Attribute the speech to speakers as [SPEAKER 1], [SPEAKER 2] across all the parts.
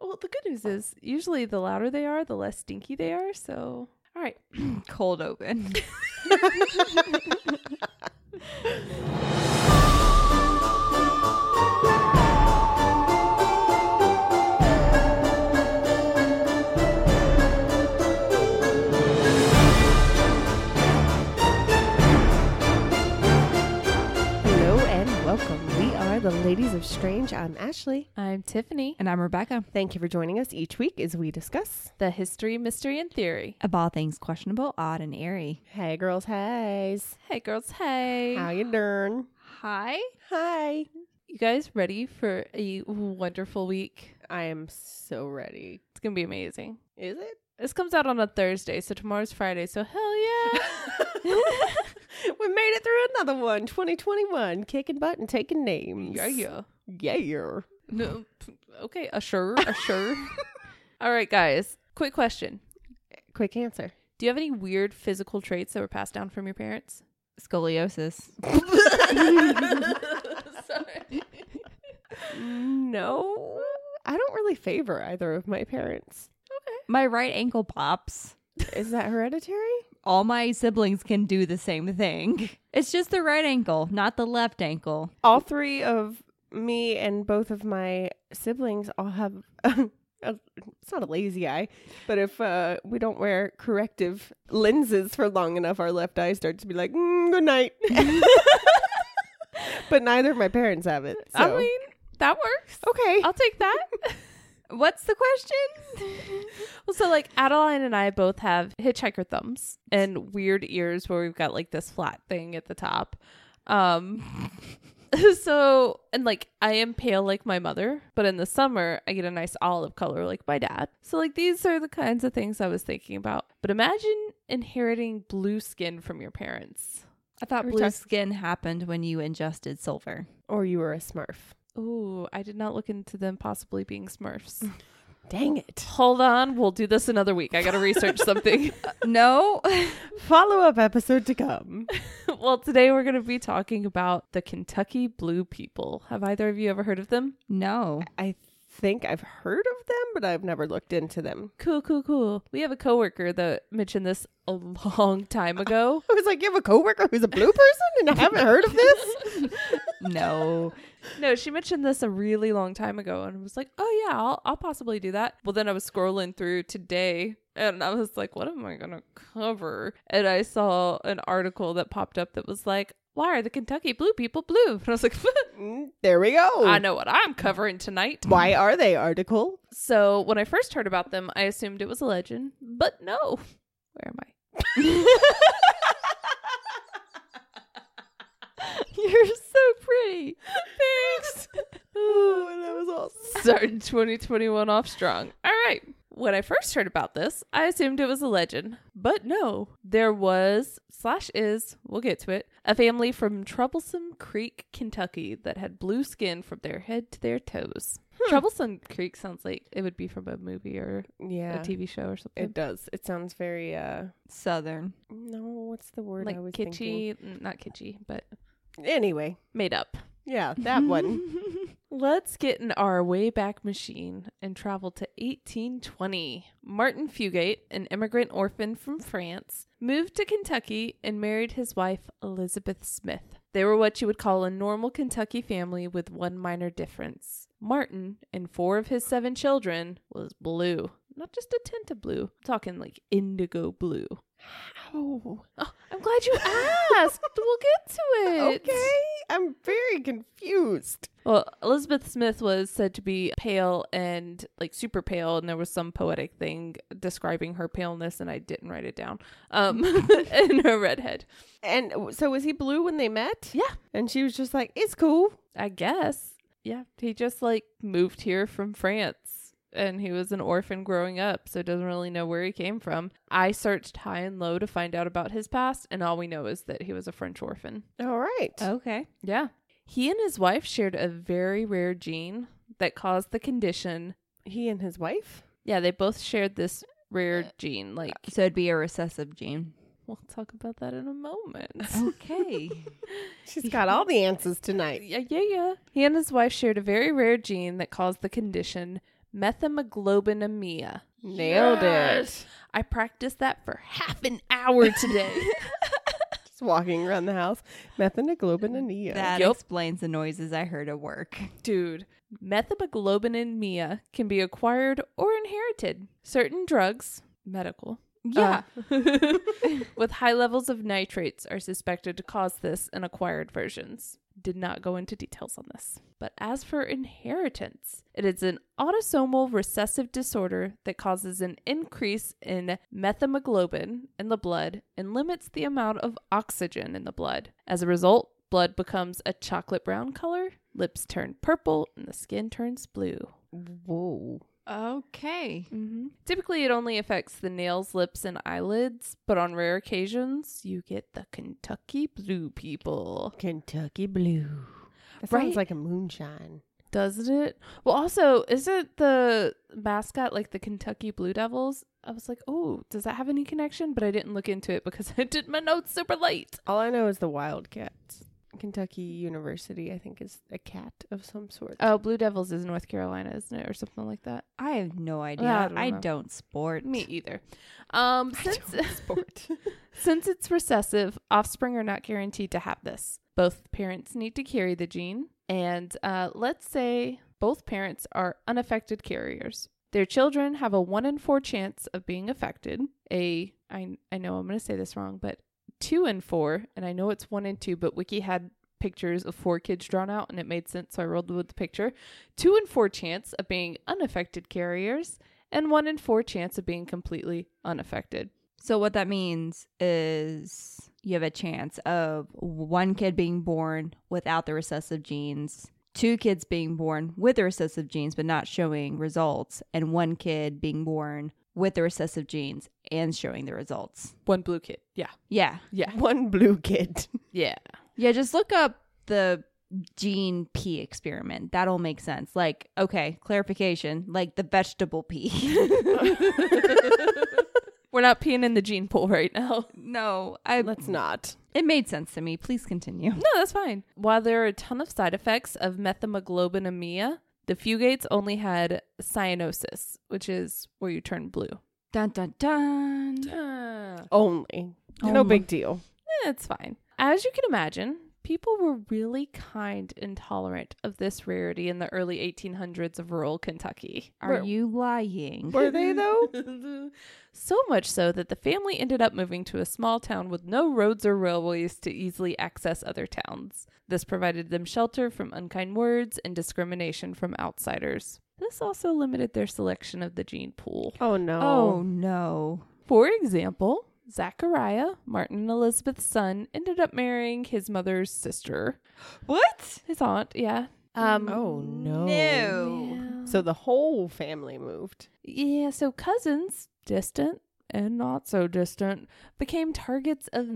[SPEAKER 1] Well, the good news is usually the louder they are, the less stinky they are. So, all right.
[SPEAKER 2] Cold open.
[SPEAKER 3] Hello and welcome. We are the Ladies of Strange. I'm Ashley.
[SPEAKER 1] I'm Tiffany.
[SPEAKER 2] and I'm Rebecca.
[SPEAKER 3] Thank you for joining us each week as we discuss.
[SPEAKER 1] The history, mystery, and theory.
[SPEAKER 2] Of all things questionable, odd, and airy.
[SPEAKER 3] Hey, girls. Heys.
[SPEAKER 1] Hey, girls. Hey.
[SPEAKER 3] How you doing?
[SPEAKER 1] Hi.
[SPEAKER 3] Hi.
[SPEAKER 1] You guys ready for a wonderful week?
[SPEAKER 3] I am so ready.
[SPEAKER 1] It's going to be amazing.
[SPEAKER 3] Is it?
[SPEAKER 1] This comes out on a Thursday, so tomorrow's Friday. So, hell yeah.
[SPEAKER 3] we made it through another one. 2021. Kicking butt and taking names.
[SPEAKER 1] yeah, yeah.
[SPEAKER 3] Yeah.
[SPEAKER 1] No, p- okay. A sure. A sure. all right, guys. Quick question.
[SPEAKER 3] Quick answer.
[SPEAKER 1] Do you have any weird physical traits that were passed down from your parents?
[SPEAKER 2] Scoliosis.
[SPEAKER 1] Sorry.
[SPEAKER 3] No. I don't really favor either of my parents.
[SPEAKER 2] My right ankle pops.
[SPEAKER 3] Is that hereditary?
[SPEAKER 2] All my siblings can do the same thing. It's just the right ankle, not the left ankle.
[SPEAKER 3] all three of me and both of my siblings all have a- it's not a lazy eye but if uh, we don't wear corrective lenses for long enough our left eye starts to be like mm, good night but neither of my parents have it so
[SPEAKER 1] I mean, uh, that works.
[SPEAKER 3] okay
[SPEAKER 1] I'll take that.
[SPEAKER 2] What's the question?
[SPEAKER 1] well, so like Adeline and I both have hitchhiker thumbs and weird ears where we've got like this flat thing at the top. Um so and like I am pale like my mother, but in the summer I get a nice olive color like my dad. So like these are the kinds of things I was thinking about. But imagine inheriting blue skin from your parents.
[SPEAKER 2] I thought
[SPEAKER 3] We're
[SPEAKER 2] blue
[SPEAKER 3] talk-
[SPEAKER 2] skin happened when you ingested silver.
[SPEAKER 3] or you were a smurf
[SPEAKER 1] Ooh, I did not look into them possibly being Smurfs.
[SPEAKER 3] dang it
[SPEAKER 1] Hold on, we'll do this another week. I gotta research something.
[SPEAKER 2] Uh, No.
[SPEAKER 3] follow-up episode to come
[SPEAKER 1] well, today we're gonna be talking about the Kentucky Blue People. Have either of you ever heard of them?
[SPEAKER 2] no.
[SPEAKER 3] i think i've heard of them but i've never looked into them
[SPEAKER 1] Cool, cool, cool. We have a coworker that mentioned this a long time ago.
[SPEAKER 3] i was like you have a coworker who's a blue person and i haven't heard of this
[SPEAKER 2] No.
[SPEAKER 1] No, she mentioned this a really long time ago, and I was like, "Oh yeah, I'll, I'll possibly do that." Well, then I was scrolling through today, and I was like, "What am I gonna cover?" And I saw an article that popped up that was like, "Why are the Kentucky Blue people blue?" And I was like,
[SPEAKER 3] Mm, there we go
[SPEAKER 1] "I know what I'm covering tonight."
[SPEAKER 3] Why are they article?
[SPEAKER 1] So when I first heard about them, I assumed it was a legend, but no. Where am I?
[SPEAKER 2] You're so pretty.
[SPEAKER 1] Thanks.
[SPEAKER 3] Oh, that was awesome.
[SPEAKER 1] Started 2021 off strong. All right. When I first heard about this, I assumed it was a legend, but no. There was, slash is, we'll get to it, a family from Troublesome Creek, Kentucky that had blue skin from their head to their toes.
[SPEAKER 3] Hmm.
[SPEAKER 1] Troublesome Creek sounds like it would be from a movie or
[SPEAKER 3] Yeah,
[SPEAKER 1] a TV show or something.
[SPEAKER 3] it does. It sounds very uh.
[SPEAKER 2] Southern.
[SPEAKER 3] No, what's the word?
[SPEAKER 1] like
[SPEAKER 3] I was
[SPEAKER 1] kitschy, mm, not kitschy, but
[SPEAKER 3] Thinking? Anyway,
[SPEAKER 1] made up.
[SPEAKER 3] yeah, that one.
[SPEAKER 1] Let's get in our Wayback Machine and travel to 1820. Martin Fugate, an immigrant orphan from France, moved to Kentucky and married his wife, Elizabeth Smith. They were what you would call a normal Kentucky family with one minor difference. Martin and four of his seven children was blue. Not just a tint of blue, I'm talking like indigo blue.
[SPEAKER 3] Oh,
[SPEAKER 1] Oh, I'm glad you asked. we'll get to it.
[SPEAKER 3] Ah, okay. I'm very confused.
[SPEAKER 1] Well, Elizabeth Smith was said to be pale and like super pale, and there was some poetic thing describing her paleness, and I didn't write it down. Um, and her redhead,
[SPEAKER 3] And w- so, was he blue when they met?
[SPEAKER 1] Yeah.
[SPEAKER 3] And she was just like, "It's cool."
[SPEAKER 1] I guess. Yeah, he just like moved here from France, and he was an orphan growing up, so doesn't really know where he came from. I searched high and low to find out about his past, and all we know is that he was a French orphan.
[SPEAKER 3] All right.
[SPEAKER 2] Okay.
[SPEAKER 1] Yeah. He and his wife shared a very rare gene that caused the condition
[SPEAKER 3] He and his wife.
[SPEAKER 1] Yeah, they both shared this rare gene. Like,
[SPEAKER 2] So it'd be a recessive gene.
[SPEAKER 1] we'll talk about that in a moment.
[SPEAKER 2] Okay.
[SPEAKER 3] She's got all the answers tonight.
[SPEAKER 1] yeah, yeah, yeah. He and his wife shared a very rare gene that caused the condition methameglobinamia.
[SPEAKER 3] Nailed it.
[SPEAKER 1] I practiced that for half an hour today.
[SPEAKER 3] Just walking around the house. Methaneglobinania.
[SPEAKER 2] That
[SPEAKER 1] Yep.
[SPEAKER 2] explains the noises I heard at work.
[SPEAKER 1] Dude, methameglobinamia can be acquired or inherited. Certain drugs, medical,
[SPEAKER 2] Yeah.
[SPEAKER 1] uh, with high levels of nitrates are suspected to cause this in acquired versions. Did not go into details on this. But as for inheritance, it is an autosomal recessive disorder that causes an increase in methemoglobin in the blood and limits the amount of oxygen in the blood. As a result, blood becomes a chocolate brown color, lips turn purple, and the skin turns blue.
[SPEAKER 3] Whoa.
[SPEAKER 2] okay.
[SPEAKER 1] Mm-hmm. Typically, it only affects the nails, lips, and eyelids, but on rare occasions, you get the Kentucky Blue people.
[SPEAKER 3] Kentucky Blue. That
[SPEAKER 1] Right?
[SPEAKER 3] sounds like a moonshine.
[SPEAKER 1] Doesn't it? Well, also, isn't the mascot like the Kentucky Blue Devils? I was like, oh, does that have any connection? But I didn't look into it because I did my notes super late.
[SPEAKER 3] All I know is the Wildcats. Kentucky University, I think, is a cat of some sort.
[SPEAKER 1] Oh, Blue Devils is North Carolina, isn't it? Or something like that.
[SPEAKER 2] I have no idea.
[SPEAKER 1] Yeah, I
[SPEAKER 2] I,
[SPEAKER 1] don't
[SPEAKER 2] don't,
[SPEAKER 1] know.
[SPEAKER 2] sport.
[SPEAKER 1] Me either. Um, since
[SPEAKER 3] sport.
[SPEAKER 1] Since it's recessive, offspring are not guaranteed to have this. Both parents need to carry the gene, and uh, let's say both parents are unaffected carriers. Their children have a one in four chance of being affected. A, I, I know I'm going to say this wrong, but two in four, and I know it's one and two, but Wiki had pictures of four kids drawn out and it made sense, so I rolled with the picture. Two in four chance of being unaffected carriers, and one in four chance of being completely unaffected.
[SPEAKER 2] So what that means is you have a chance of one kid being born without the recessive genes, two kids being born with the recessive genes but not showing results, and one kid being born with the recessive genes and showing the results.
[SPEAKER 1] One blue kid. Yeah.
[SPEAKER 2] Yeah.
[SPEAKER 1] Yeah.
[SPEAKER 3] One blue kid.
[SPEAKER 1] Yeah.
[SPEAKER 2] Yeah, just look up the gene pea experiment. That'll make sense. Like, okay, clarification, like the vegetable pea.
[SPEAKER 1] We're not peeing in the gene pool right now.
[SPEAKER 2] no, I
[SPEAKER 3] Let's not.
[SPEAKER 2] it made sense to me. Please continue.
[SPEAKER 1] No, that's fine. While there are a ton of side effects of methameglobinamia, the Fugates only had cyanosis, which is where you turn blue.
[SPEAKER 2] Dun dun dun.
[SPEAKER 3] Only.
[SPEAKER 2] Oh
[SPEAKER 3] no
[SPEAKER 2] my-
[SPEAKER 3] big deal.
[SPEAKER 1] Eh, it's fine. As you can imagine, people were really kind and tolerant of this rarity in the early 1800s of rural Kentucky.
[SPEAKER 2] Are you lying?
[SPEAKER 3] Were they though?
[SPEAKER 1] so much so that the family ended up moving to a small town with no roads or railways to easily access other towns. This provided them shelter from unkind words and discrimination from outsiders. This also limited their selection of the gene pool.
[SPEAKER 3] Oh no.
[SPEAKER 2] Oh no.
[SPEAKER 1] For example, Zachariah, Martin and Elizabeth's son, ended up marrying his mother's sister,
[SPEAKER 2] What?
[SPEAKER 1] his aunt, yeah. Um,
[SPEAKER 3] Oh no.
[SPEAKER 2] No.
[SPEAKER 3] So the whole family moved.
[SPEAKER 1] Yeah, so cousins, distant and not so distant, became targets of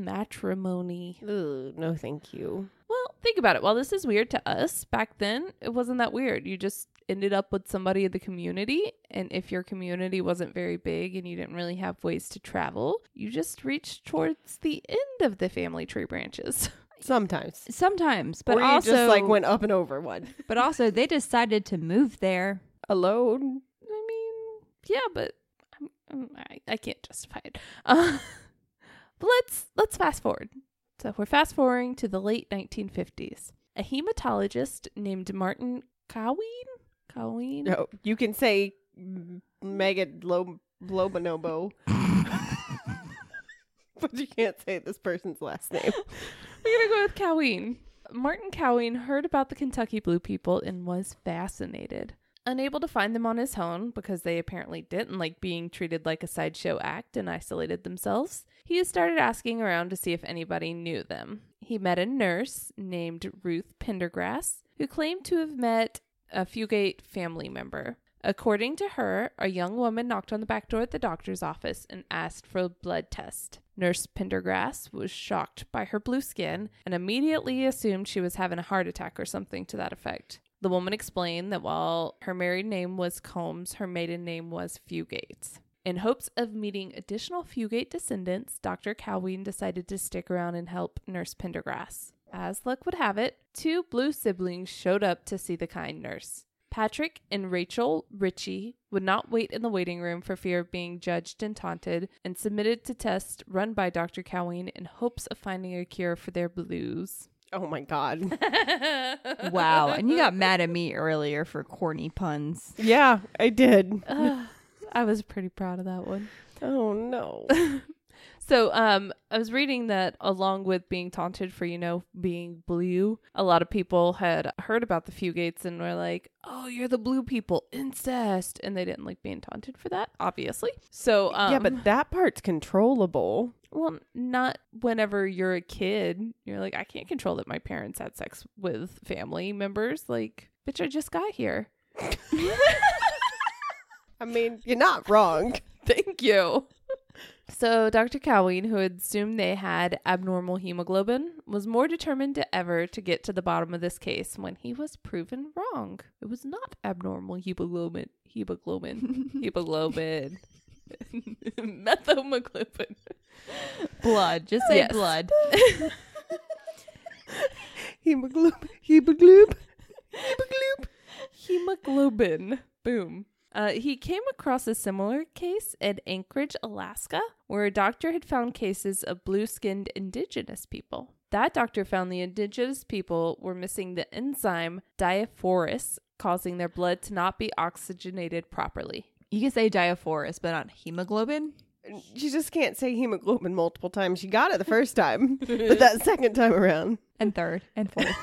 [SPEAKER 1] matrimony.
[SPEAKER 3] Ugh, no, thank you.
[SPEAKER 1] Well, think about it. While this is weird to us, back then it wasn't that weird. You just ended up with somebody in the community, and if your community wasn't very big and you didn't really have ways to travel, you just reached towards the end of the family tree branches.
[SPEAKER 3] Sometimes.
[SPEAKER 2] Sometimes, but
[SPEAKER 3] or you
[SPEAKER 2] also
[SPEAKER 3] just like went up and over one
[SPEAKER 2] but also they decided to move there.
[SPEAKER 3] alone.
[SPEAKER 1] I mean, yeah, but I'm, I'm- I, I can't justify it. Uh, but let's let's fast forward. So we're fast forwarding to the late 1950s. A hematologist named Martin Cowan. Cowan.
[SPEAKER 3] No, you can say megalobinobo, but you can't say this person's last name.
[SPEAKER 1] We're gonna go with Cowan. Martin Cowan heard about the Kentucky Blue people and was fascinated. Unable to find them on his own because they apparently didn't like being treated like a sideshow act and isolated themselves, he started asking around to see if anybody knew them. He met a nurse named Ruth Pendergrass, who claimed to have met a Fugate family member. According to her, a young woman knocked on the back door at the doctor's office and asked for a blood test. Nurse Pendergrass was shocked by her blue skin and immediately assumed she was having a heart attack or something to that effect. The woman explained that while her married name was Combs, her maiden name was Fugates. In hopes of meeting additional Fugate descendants, Dr. Calween decided to stick around and help Nurse Pendergrass. As luck would have it, two blue siblings showed up to see the kind nurse. Patrick and Rachel Ritchie would not wait in the waiting room for fear of being judged and taunted and submitted to tests run by Dr. Coween in hopes of finding a cure for their blues.
[SPEAKER 3] Oh my god.
[SPEAKER 2] Wow. And you got mad at me earlier for corny puns.
[SPEAKER 3] yeah, I did.
[SPEAKER 1] Ugh, I was pretty proud of that one.
[SPEAKER 3] Oh no.
[SPEAKER 1] So, um, I was reading that along with being taunted for, you know, being blue, a lot of people had heard about the Fugates and were like, oh, you're the blue people, incest. And they didn't like being taunted for that, obviously. So, um,
[SPEAKER 3] yeah, but that part's controllable.
[SPEAKER 1] well, not whenever you're a kid, you're like, I can't control that my parents had sex with family members. Like, bitch, I just got here.
[SPEAKER 3] I mean, you're not wrong.
[SPEAKER 1] Thank you. So, Dr. Coween, who had assumed they had abnormal hemoglobin, was more determined than ever to get to the bottom of this case when he was proven wrong. It was not abnormal hemoglobin. Hemoglobin. hemoglobin. Methemoglobin.
[SPEAKER 2] Blood. Just say
[SPEAKER 1] Yes.
[SPEAKER 2] blood.
[SPEAKER 3] Hemogloop. Hemogloop.
[SPEAKER 1] hemoglobin. Boom. Uh, he came across a similar case in Anchorage, Alaska, where a doctor had found cases of blue skinned indigenous people. That doctor found the indigenous people were missing the enzyme diaphorus, causing their blood to not be oxygenated properly.
[SPEAKER 2] You can say diaphorus, but not hemoglobin.
[SPEAKER 3] She just can't say hemoglobin multiple times. She got it the first time, but that second time around,
[SPEAKER 2] And third and fourth.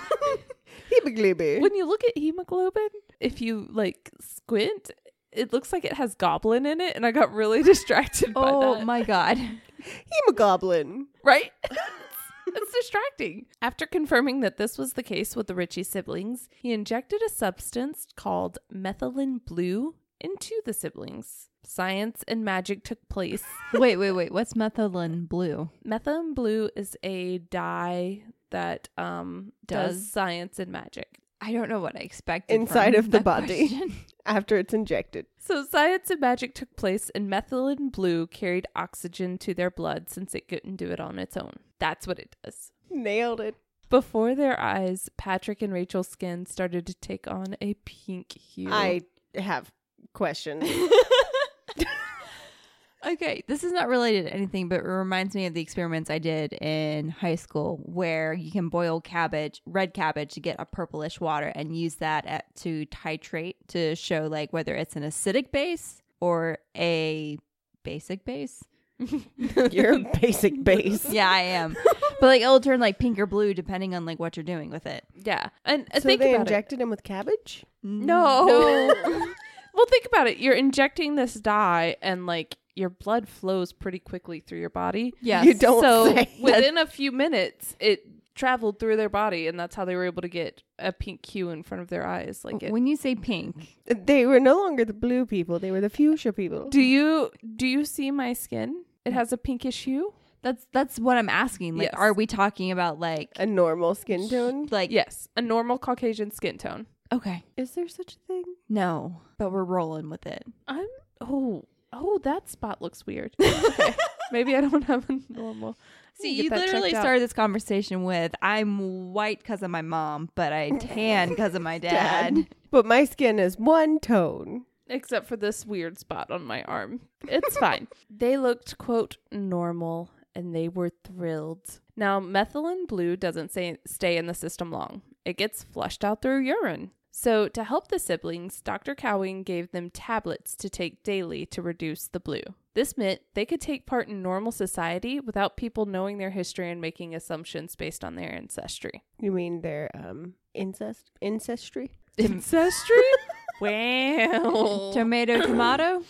[SPEAKER 3] hemoglobin.
[SPEAKER 1] When you look at hemoglobin, if you like squint, it looks like it has goblin in it, and I got really distracted by
[SPEAKER 2] oh
[SPEAKER 1] that.
[SPEAKER 2] my god.
[SPEAKER 3] Hemoglobin.
[SPEAKER 1] Right? it's distracting. After confirming that this was the case with the Ritchie siblings, he injected a substance called methylene blue into the siblings. Science and magic took place.
[SPEAKER 2] Wait, wait, wait. What's methylene blue?
[SPEAKER 1] methylene blue is a dye that um, does,
[SPEAKER 2] Does-
[SPEAKER 1] science and magic.
[SPEAKER 2] I don't know what I expected.
[SPEAKER 3] Inside
[SPEAKER 2] from
[SPEAKER 3] of the
[SPEAKER 2] that
[SPEAKER 3] body.
[SPEAKER 2] question.
[SPEAKER 3] After it's injected.
[SPEAKER 1] So, science and magic took place, and methylene blue carried oxygen to their blood since it couldn't do it on its own. That's what it does.
[SPEAKER 3] Nailed it.
[SPEAKER 1] Before their eyes, Patrick and Rachel's skin started to take on a pink hue.
[SPEAKER 3] I have questions.
[SPEAKER 2] Okay, this is not related to anything, but it reminds me of the experiments I did in high school where you can boil cabbage, red cabbage, to get a purplish water and use that at, to titrate to show like whether it's an acidic base or a basic base.
[SPEAKER 3] You're a basic base.
[SPEAKER 2] Yeah, I am. but like it'll turn like pink or blue depending on like what you're doing with it.
[SPEAKER 1] yeah, and uh,
[SPEAKER 3] So
[SPEAKER 1] think
[SPEAKER 3] they
[SPEAKER 1] about it.
[SPEAKER 3] injected him with cabbage?
[SPEAKER 1] No, well, think about it. You're injecting this dye, and like your blood flows pretty quickly through your body.
[SPEAKER 2] Yes.
[SPEAKER 3] You don't
[SPEAKER 1] so
[SPEAKER 3] say.
[SPEAKER 1] within a few minutes, it traveled through their body, and that's how they were able to get a pink hue in front of their eyes. Like, it,
[SPEAKER 2] When you say pink,
[SPEAKER 3] They were no longer the blue people. They were the fuchsia people.
[SPEAKER 1] do you do you see my skin? It has a pinkish hue.
[SPEAKER 2] that's that's what I'm asking. Like,
[SPEAKER 1] Yes.
[SPEAKER 2] are we talking about like
[SPEAKER 3] A normal skin tone.
[SPEAKER 2] like
[SPEAKER 1] Yes, a normal Caucasian skin tone.
[SPEAKER 2] Okay,
[SPEAKER 3] Is there such a thing?
[SPEAKER 2] no, but we're rolling with it.
[SPEAKER 1] I'm oh oh that spot looks weird. Okay. Maybe I don't have a normal. I
[SPEAKER 2] See,
[SPEAKER 1] need to get
[SPEAKER 2] you
[SPEAKER 1] that
[SPEAKER 2] literally
[SPEAKER 1] checked out.
[SPEAKER 2] started this conversation with I'm white because of my mom, but I tan because of my dad.
[SPEAKER 3] But my skin is one tone.
[SPEAKER 1] except for this weird spot on my arm. It's fine. they looked quote normal and they were thrilled. Now methylene blue doesn't say, stay in the system long. It gets flushed out through urine. So to help the siblings, Dr. Cowing gave them tablets to take daily to reduce the blue. This meant they could take part in normal society without people knowing their history and making assumptions based on their ancestry.
[SPEAKER 3] You mean their um incest ancestry?
[SPEAKER 1] Ancestry? wow.
[SPEAKER 2] Tomato, tomato.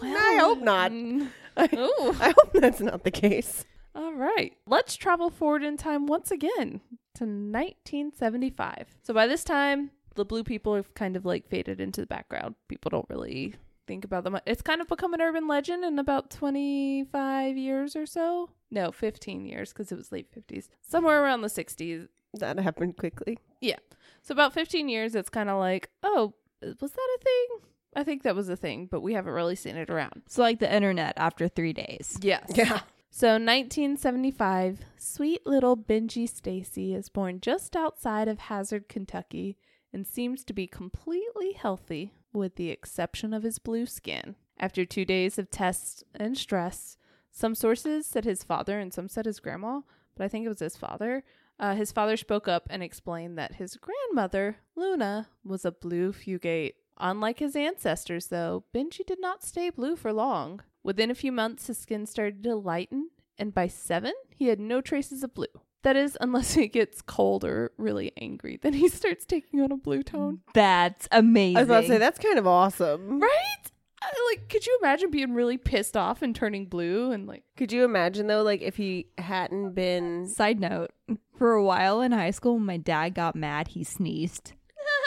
[SPEAKER 3] I hope not.
[SPEAKER 1] mm.
[SPEAKER 3] I,
[SPEAKER 1] Ooh.
[SPEAKER 3] I hope that's not the case.
[SPEAKER 1] All right. Let's travel forward in time once again to 1975. So by this time, the blue people have kind of like faded into the background. People don't really think about them. It's kind of become an urban legend in about 25 years or so. No, 15 years because it was late 50s. Somewhere around the 60s.
[SPEAKER 3] That happened quickly.
[SPEAKER 1] Yeah. So about 15 years, it's kind of like, oh, was that a thing? I think that was a thing, but we haven't really seen it around.
[SPEAKER 2] So like the internet after three days.
[SPEAKER 1] Yes.
[SPEAKER 3] Yeah.
[SPEAKER 1] So 1975, sweet little Benji Stacy is born just outside of Hazard, Kentucky, and seems to be completely healthy with the exception of his blue skin. After two days of tests and stress, some sources said his father and some said his grandma, but I think it was his father. Uh, his father spoke up and explained that his grandmother, Luna, was a blue fugate. Unlike his ancestors, though, Benji did not stay blue for long. Within a few months, his skin started to lighten, and by seven, he had no traces of blue. That is, unless he gets cold or really angry, then he starts taking on a blue tone.
[SPEAKER 2] That's amazing.
[SPEAKER 3] I was about to say that's kind of awesome.
[SPEAKER 1] Right? I- Like, could you imagine being really pissed off and turning blue and like,
[SPEAKER 3] Could you imagine though, like if he hadn't been
[SPEAKER 2] Side note: For a while in high school, when my dad got mad, he sneezed.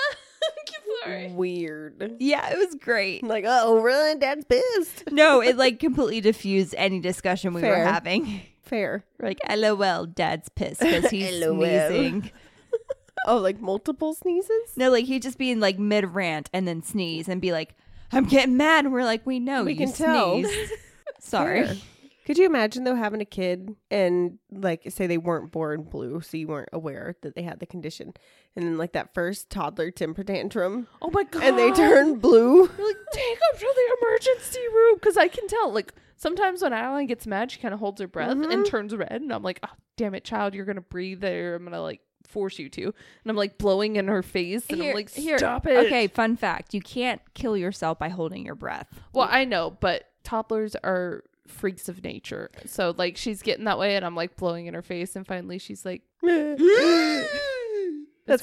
[SPEAKER 3] Mm.
[SPEAKER 1] sorry.
[SPEAKER 3] weird?
[SPEAKER 2] Yeah, it was great.
[SPEAKER 3] Like, oh, really? Dad's pissed.
[SPEAKER 2] No, it like completely diffused any discussion we
[SPEAKER 3] Fair.
[SPEAKER 2] were having.
[SPEAKER 3] Fair.
[SPEAKER 2] We're like, LOL, dad's pissed because he's
[SPEAKER 3] LOL.
[SPEAKER 2] sneezing.
[SPEAKER 3] Oh, like multiple sneezes?
[SPEAKER 2] No, like he'd just be in like mid rant and then sneeze and be like, I'm getting mad. And we're like, we know
[SPEAKER 3] We
[SPEAKER 2] you
[SPEAKER 3] can tell.
[SPEAKER 2] sneezed. Sorry.
[SPEAKER 3] Fair. Could you imagine though having a kid and like say they weren't born blue, so you weren't aware that they had the condition, and then like that first toddler temper tantrum,
[SPEAKER 1] Oh my god!
[SPEAKER 3] and they turn blue.
[SPEAKER 1] You're like, take him to the emergency room because I can tell. Like sometimes when Adeline gets mad, she kind of holds her breath and turns red, and I'm like, oh, damn it, child, you're gonna breathe there. I'm gonna like force you to, and I'm like blowing in her face, and I'm like, stop it.
[SPEAKER 2] Okay, fun fact. You can't kill yourself by holding your breath.
[SPEAKER 1] Well, I know, but toddlers are freaks of nature, so like she's getting that way, and I'm like blowing in her face, and finally she's like,
[SPEAKER 3] That's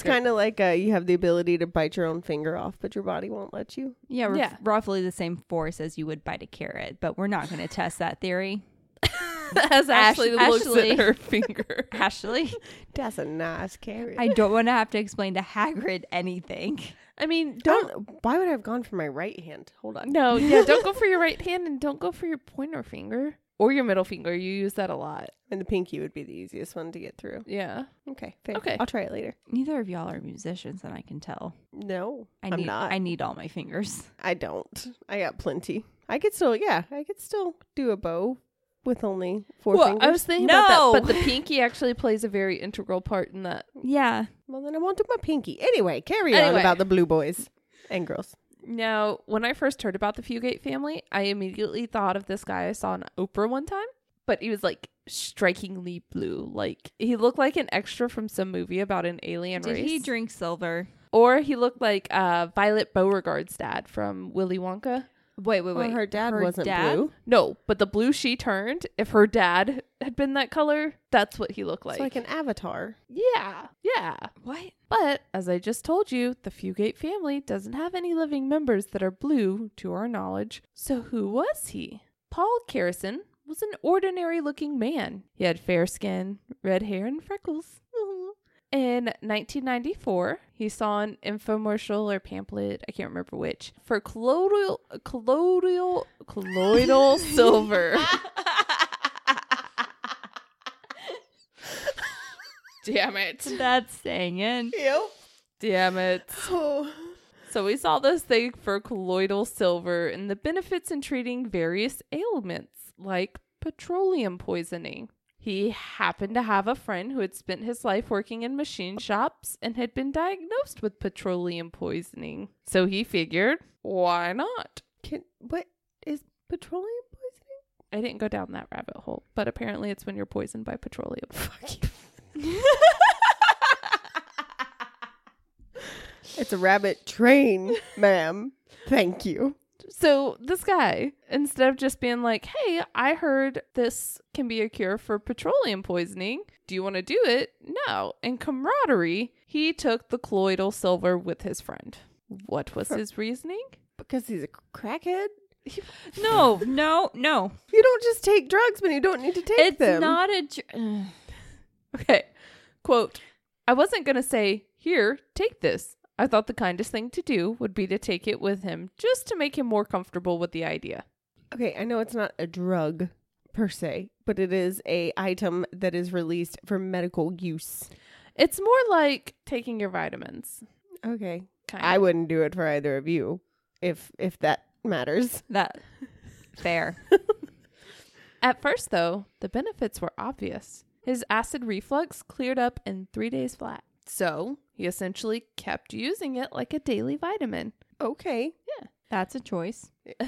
[SPEAKER 1] great.
[SPEAKER 3] kind of like uh, you have the ability to bite your own finger off, but your body won't let you.
[SPEAKER 2] Yeah, we're
[SPEAKER 1] Yeah.
[SPEAKER 2] roughly the same force as you would bite a carrot, but we're not going to test that theory.
[SPEAKER 1] as
[SPEAKER 2] Ash-
[SPEAKER 1] Ashley looks
[SPEAKER 2] Ashley.
[SPEAKER 1] at her finger.
[SPEAKER 2] Ashley,
[SPEAKER 3] That's a nice carrot.
[SPEAKER 2] I don't want to have to explain to Hagrid anything.
[SPEAKER 1] I mean, don't
[SPEAKER 3] don't. Why would I have gone for my right hand? Hold on.
[SPEAKER 1] No, yeah, don't go for your right hand and don't go for your pointer finger or your middle finger. You use that a lot.
[SPEAKER 3] And the pinky would be the easiest one to get through.
[SPEAKER 1] Yeah.
[SPEAKER 3] Okay. Fair.
[SPEAKER 1] Okay.
[SPEAKER 3] I'll try it later.
[SPEAKER 2] Neither of y'all are musicians, and I can tell.
[SPEAKER 3] No,
[SPEAKER 2] I
[SPEAKER 3] I am
[SPEAKER 2] need,
[SPEAKER 3] not.
[SPEAKER 2] I need all my fingers.
[SPEAKER 3] I don't. I got plenty. I could still, yeah, I could still do a bow with only four
[SPEAKER 1] well,
[SPEAKER 3] fingers.
[SPEAKER 1] I was thinking about that,
[SPEAKER 2] No.
[SPEAKER 1] but the pinky actually plays a very integral part in that.
[SPEAKER 2] Yeah.
[SPEAKER 3] well, then I won't do my pinky. Anyway, carry on
[SPEAKER 1] Anyway.
[SPEAKER 3] about the blue boys and girls.
[SPEAKER 1] Now, when I first heard about the Fugate family, I immediately thought of this guy I saw on Oprah one time, but he was like strikingly blue. Like he looked like an extra from some movie about an alien
[SPEAKER 2] Did
[SPEAKER 1] race.
[SPEAKER 2] he drink silver?
[SPEAKER 1] or he looked like uh, Violet Beauregard's dad from Willy Wonka.
[SPEAKER 2] Wait, wait,
[SPEAKER 3] Well,
[SPEAKER 2] wait.
[SPEAKER 3] her dad wasn't blue.
[SPEAKER 1] No, but the blue she turned, if her dad had been that color, that's what he looked like.
[SPEAKER 3] It's like an avatar.
[SPEAKER 1] yeah, yeah.
[SPEAKER 2] What?
[SPEAKER 1] But as I just told you, the Fugate family doesn't have any living members that are blue to our knowledge. So who was he? Paul Carrison was an ordinary looking man. He had fair skin, red hair, and freckles. In 1994, he saw an infomercial or pamphlet, I can't remember which, for colloidal, colloidal, colloidal silver. Damn it.
[SPEAKER 2] That's saying it.
[SPEAKER 3] Yep.
[SPEAKER 1] Damn it.
[SPEAKER 3] Oh.
[SPEAKER 1] So we saw this thing for colloidal silver and the benefits in treating various ailments like petroleum poisoning. He happened to have a friend who had spent his life working in machine shops and had been diagnosed with petroleum poisoning. So he figured, why not?
[SPEAKER 3] Can, what is petroleum poisoning?
[SPEAKER 1] I didn't go down that rabbit hole, but apparently it's when you're poisoned by petroleum.
[SPEAKER 3] It's a rabbit train, ma'am. Thank you.
[SPEAKER 1] So this guy, instead of just being like, "Hey, I heard this can be a cure for petroleum poisoning. Do you want to do it?" No. In camaraderie, he took the colloidal silver with his friend. What was his reasoning?
[SPEAKER 3] Because he's a crackhead.
[SPEAKER 2] No, no, no.
[SPEAKER 3] You don't just take drugs when you don't need to take
[SPEAKER 2] It's
[SPEAKER 3] them.
[SPEAKER 2] not a. Dr- Ugh.
[SPEAKER 1] Okay. Quote, I wasn't going to say, "Here, take this." I thought the kindest thing to do would be to take it with him just to make him more comfortable with the idea.
[SPEAKER 3] Okay, I know it's not a drug per se, but it is a item that is released for medical use.
[SPEAKER 1] It's more like taking your vitamins.
[SPEAKER 3] Okay.
[SPEAKER 1] Kind
[SPEAKER 3] I wouldn't do it for either of you if if that matters.
[SPEAKER 2] that fair.
[SPEAKER 1] At first, though, the benefits were obvious. His acid reflux cleared up in three days flat. So He essentially kept using it like a daily vitamin.
[SPEAKER 3] Okay.
[SPEAKER 2] That's a choice.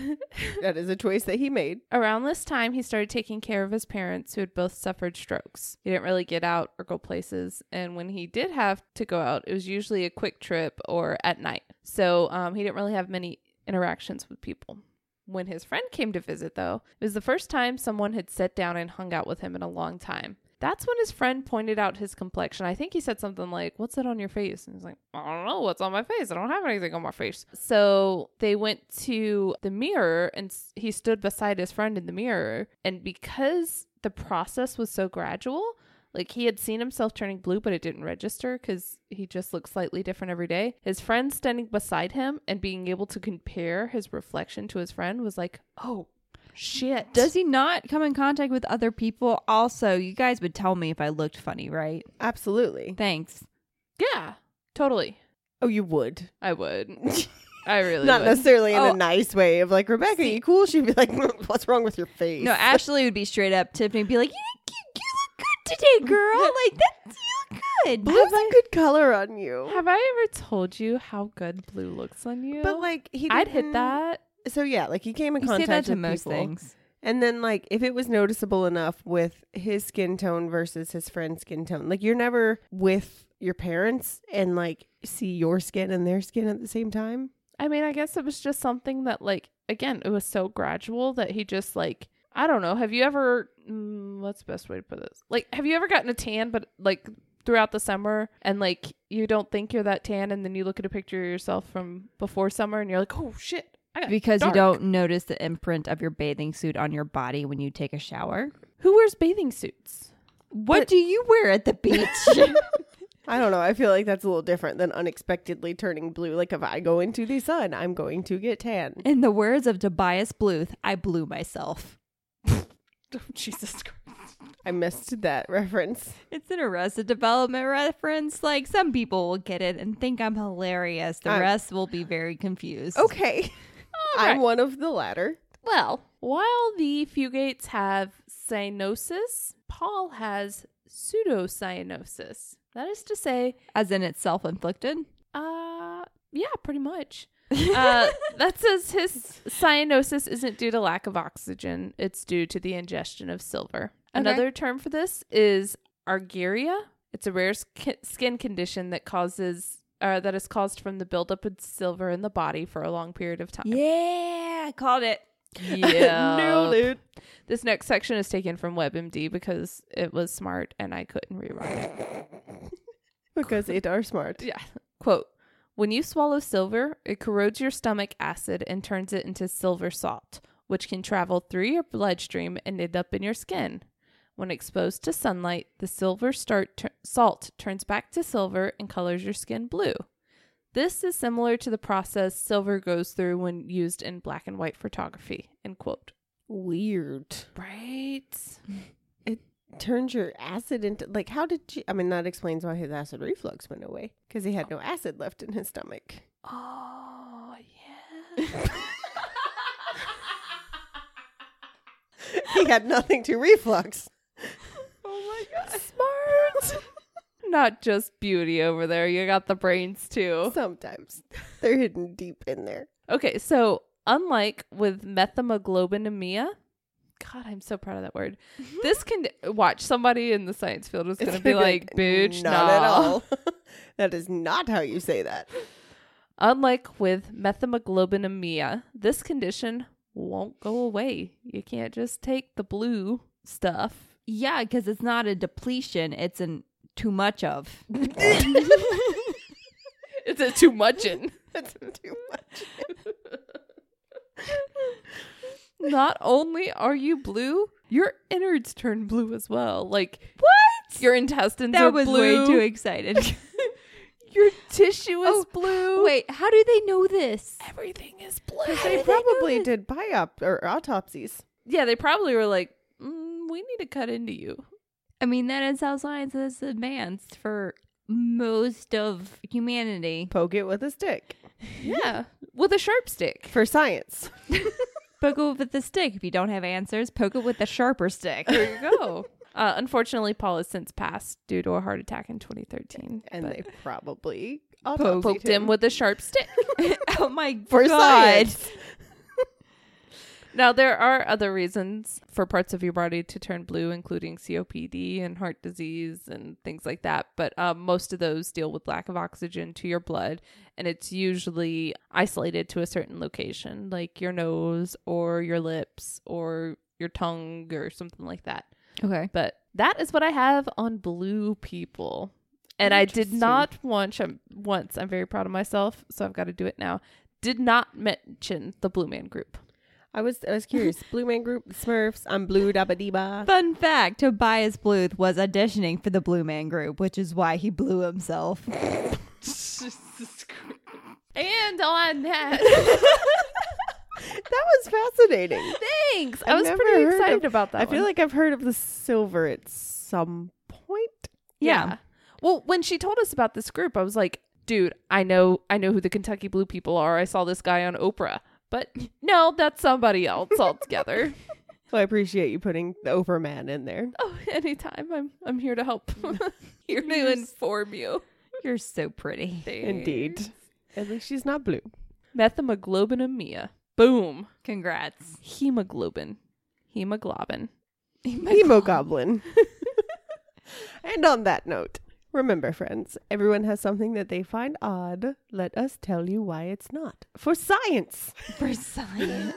[SPEAKER 3] That is a choice that he made.
[SPEAKER 1] Around this time, he started taking care of his parents who had both suffered strokes. He didn't really get out or go places, and when he did have to go out, it was usually a quick trip or at night. So um, he didn't really have many interactions with people. When his friend came to visit, though, it was the first time someone had sat down and hung out with him in a long time. That's when his friend pointed out his complexion. I think he said something like, What's that on your face? And he's like, I don't know what's on my face. I don't have anything on my face. So they went to the mirror and s- he stood beside his friend in the mirror. And because the process was so gradual, like he had seen himself turning blue, but it didn't register because he just looked slightly different every day. His friend standing beside him and being able to compare his reflection to his friend was like, oh, shit.
[SPEAKER 2] Does he not come in contact with other people? Also, you guys would tell me if I looked funny, right?
[SPEAKER 3] Absolutely.
[SPEAKER 2] Thanks.
[SPEAKER 1] yeah, totally.
[SPEAKER 3] Oh, you would.
[SPEAKER 1] I would. I really
[SPEAKER 3] Not
[SPEAKER 1] would.
[SPEAKER 3] necessarily in
[SPEAKER 2] Oh.
[SPEAKER 3] a nice way of like, Rebecca, you cool? She'd be like, "Mm, what's wrong with your face?
[SPEAKER 2] No, Ashley would be straight up. Tiffany would be like, you, you, you look good today, girl. Like, that's, you look good.
[SPEAKER 3] Blue's a good color on you.
[SPEAKER 1] Have I ever told you how good blue looks on you?
[SPEAKER 3] But like, he
[SPEAKER 1] I'd hit
[SPEAKER 3] didn't-
[SPEAKER 1] that.
[SPEAKER 3] So yeah, like he came in
[SPEAKER 2] You say
[SPEAKER 3] contact
[SPEAKER 2] that to
[SPEAKER 3] with
[SPEAKER 2] most
[SPEAKER 3] people.
[SPEAKER 2] things.
[SPEAKER 3] And then like if it was noticeable enough with his skin tone versus his friend's skin tone, like you're never with your parents and like see your skin and their skin at the same time.
[SPEAKER 1] I mean, I guess it was just something that, like, again, it was so gradual that he just, like, I don't know. Have you ever, mm, what's the best way to put this? Like, have you ever gotten a tan, but, like, throughout the summer and, like, you don't think you're that tan and then you look at a picture of yourself from before summer and you're like, oh, shit. I got
[SPEAKER 2] Because
[SPEAKER 1] dark."
[SPEAKER 2] you don't notice the imprint of your bathing suit on your body when you take a shower.
[SPEAKER 1] Who wears bathing suits?
[SPEAKER 2] What do you wear at the beach?
[SPEAKER 3] I don't know. I feel like that's a little different than unexpectedly turning blue. Like if I go into the sun, I'm going to get tan.
[SPEAKER 2] In the words of Tobias Bluth, I blew myself. Oh,
[SPEAKER 1] Jesus Christ.
[SPEAKER 3] I missed that reference.
[SPEAKER 2] It's an arrested development reference. Like some people will get it and think I'm hilarious. The
[SPEAKER 3] I'm-
[SPEAKER 2] rest will be very confused.
[SPEAKER 3] Okay. I'm one of the latter.
[SPEAKER 1] Well, while the Fugates have cyanosis, Paul has pseudocyanosis. That is to say,
[SPEAKER 2] As in it's self inflicted.
[SPEAKER 1] Uh, yeah, pretty much. Uh, that says his cyanosis isn't due to lack of oxygen; it's due to the ingestion of silver.
[SPEAKER 2] Okay.
[SPEAKER 1] Another term for this is argyria. It's a rare sk- skin condition that causes uh, that is caused from the buildup of silver in the body for a long period of time.
[SPEAKER 2] Yeah, I called it.
[SPEAKER 1] Yeah.
[SPEAKER 3] no, dude.
[SPEAKER 1] This next section is taken from WebMD because it was smart and I couldn't rewrite it.
[SPEAKER 3] Because it are smart.
[SPEAKER 1] Yeah. Quote When you swallow silver, it corrodes your stomach acid and turns it into silver salt, which can travel through your bloodstream and end up in your skin. When exposed to sunlight, the silver start tu- salt turns back to silver and colors your skin blue. This is similar to the process silver goes through when used in black and white photography. End quote.
[SPEAKER 3] Weird.
[SPEAKER 1] Right.
[SPEAKER 3] Turns your acid into like how did you I mean that explains why his acid reflux went away. Because he had no acid left in his stomach.
[SPEAKER 1] Oh, yeah.
[SPEAKER 3] he had nothing to reflux.
[SPEAKER 1] oh my god. Smart. Not just beauty over there. You got the brains too.
[SPEAKER 3] Sometimes they're hidden deep in there.
[SPEAKER 1] Okay, so unlike with methemoglobinemia, God, I'm so proud of that word. This can watch somebody in the science field is going to be like, "Bitch,
[SPEAKER 3] not
[SPEAKER 1] nah."
[SPEAKER 3] at all. that is not how you say that.
[SPEAKER 1] Unlike with methemoglobinemia, this condition won't go away. You can't just take the blue stuff
[SPEAKER 2] Yeah, because it's not a depletion, it's an too much of.
[SPEAKER 1] It's a too much in.
[SPEAKER 3] That's too much.
[SPEAKER 1] Not only are you blue, your innards turn blue as well. Like what? Your intestines are
[SPEAKER 2] That was
[SPEAKER 1] blue.
[SPEAKER 2] way too excited.
[SPEAKER 1] your tissue is
[SPEAKER 2] Oh,
[SPEAKER 1] blue.
[SPEAKER 2] Wait, how do they know this?
[SPEAKER 1] everything is blue.
[SPEAKER 3] They probably did biop or autopsies.
[SPEAKER 1] yeah, they probably were like, mm, we need to cut into you.
[SPEAKER 2] I mean, that is how science has advanced for most of humanity.
[SPEAKER 3] Poke it with a stick
[SPEAKER 1] Yeah, with a sharp stick.
[SPEAKER 3] for science.
[SPEAKER 2] Poke it with a stick. If you don't have answers, poke it with a sharper stick.
[SPEAKER 1] There you go. Uh, unfortunately, Paul has since passed due to a heart attack in 2013.
[SPEAKER 3] And
[SPEAKER 1] but
[SPEAKER 3] they probably
[SPEAKER 2] Poked
[SPEAKER 1] poked
[SPEAKER 3] autopsied
[SPEAKER 1] him with a sharp stick.
[SPEAKER 2] oh my
[SPEAKER 3] for
[SPEAKER 2] god.
[SPEAKER 3] science.
[SPEAKER 1] Now, there are other reasons for parts of your body to turn blue, including COPD and heart disease and things like that. But um, most of those deal with lack of oxygen to your blood, and it's usually isolated to a certain location, like your nose or your lips or your tongue or something like that.
[SPEAKER 2] Okay.
[SPEAKER 1] But that is what I have on blue people. And I did
[SPEAKER 3] Interesting.
[SPEAKER 1] not once I'm, once I'm very proud of myself, so I've got to do it now. Did not mention the Blue Man Group.
[SPEAKER 3] I was I was curious. Blue Man Group, the Smurfs. I'm Blue Dabba Deba.
[SPEAKER 2] Fun fact Tobias Bluth was auditioning for the Blue Man Group, which is why he blew himself.
[SPEAKER 1] And on that,
[SPEAKER 3] That was fascinating.
[SPEAKER 1] thanks. i
[SPEAKER 3] I've
[SPEAKER 1] was
[SPEAKER 3] never
[SPEAKER 1] pretty
[SPEAKER 3] heard
[SPEAKER 1] excited
[SPEAKER 3] of-
[SPEAKER 1] about that.
[SPEAKER 3] I feel
[SPEAKER 1] one.
[SPEAKER 3] like I've heard of the silver at some point.
[SPEAKER 2] Yeah.
[SPEAKER 1] Well, when she told us about this group, I was like, dude, I know, I know who the Kentucky Blue people are. I saw this guy on Oprah, but no, that's somebody else altogether.
[SPEAKER 3] So I appreciate you putting the Overman in there.
[SPEAKER 1] oh, anytime, I'm I'm here to help. here to
[SPEAKER 2] Yes.
[SPEAKER 1] inform you.
[SPEAKER 2] You're so pretty.
[SPEAKER 3] Indeed. At least she's not blue.
[SPEAKER 1] Methemoglobinemia. Boom.
[SPEAKER 2] Congrats.
[SPEAKER 1] Hemoglobin. Hemoglobin.
[SPEAKER 3] Hemogoblin. and on that note, remember, friends, everyone has something that they find odd. Let us tell you why it's not. For science.
[SPEAKER 2] For science.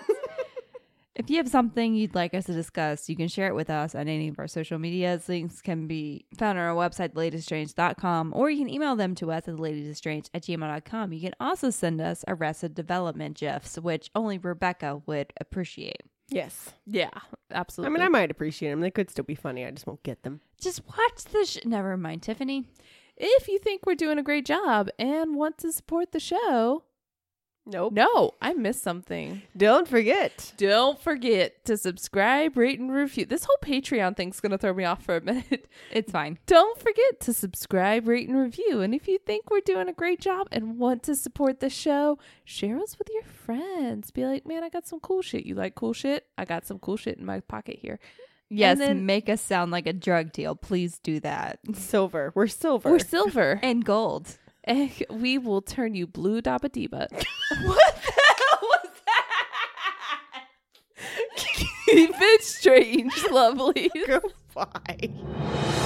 [SPEAKER 2] if you have something you'd like us to discuss, you can share it with us on any of our social medias. Links can be found on our website, thelatestrange.com, or you can email them to us at thelatestrange at gmail.com. You can also send us arrested development gifs, which only Rebecca would appreciate.
[SPEAKER 3] Yes.
[SPEAKER 1] Yeah,
[SPEAKER 3] I
[SPEAKER 1] absolutely.
[SPEAKER 3] mean, I might appreciate them. They could still be funny. I just won't get them.
[SPEAKER 2] Just watch the sh- Never mind, Tiffany.
[SPEAKER 1] if you think we're doing a great job and want to support the show,
[SPEAKER 3] Nope.
[SPEAKER 1] no, I missed something.
[SPEAKER 3] Don't forget.
[SPEAKER 1] Don't forget to subscribe, rate, and review. This whole Patreon thing's going to throw me off for a minute.
[SPEAKER 2] It's fine.
[SPEAKER 1] Don't forget to subscribe, rate, and review. And if you think we're doing a great job and want to support the show, share us with your friends. Be like, man, I got some cool shit. You like cool shit? I got some cool shit in my pocket here.
[SPEAKER 2] Yes,
[SPEAKER 1] then-
[SPEAKER 2] make us sound like a drug deal. Please do that.
[SPEAKER 3] Silver. We're silver.
[SPEAKER 1] Or silver.
[SPEAKER 2] And gold.
[SPEAKER 1] and we will turn you blue dabba diba.
[SPEAKER 2] what the hell was that?
[SPEAKER 1] Keep it strange, lovelies.
[SPEAKER 3] Goodbye.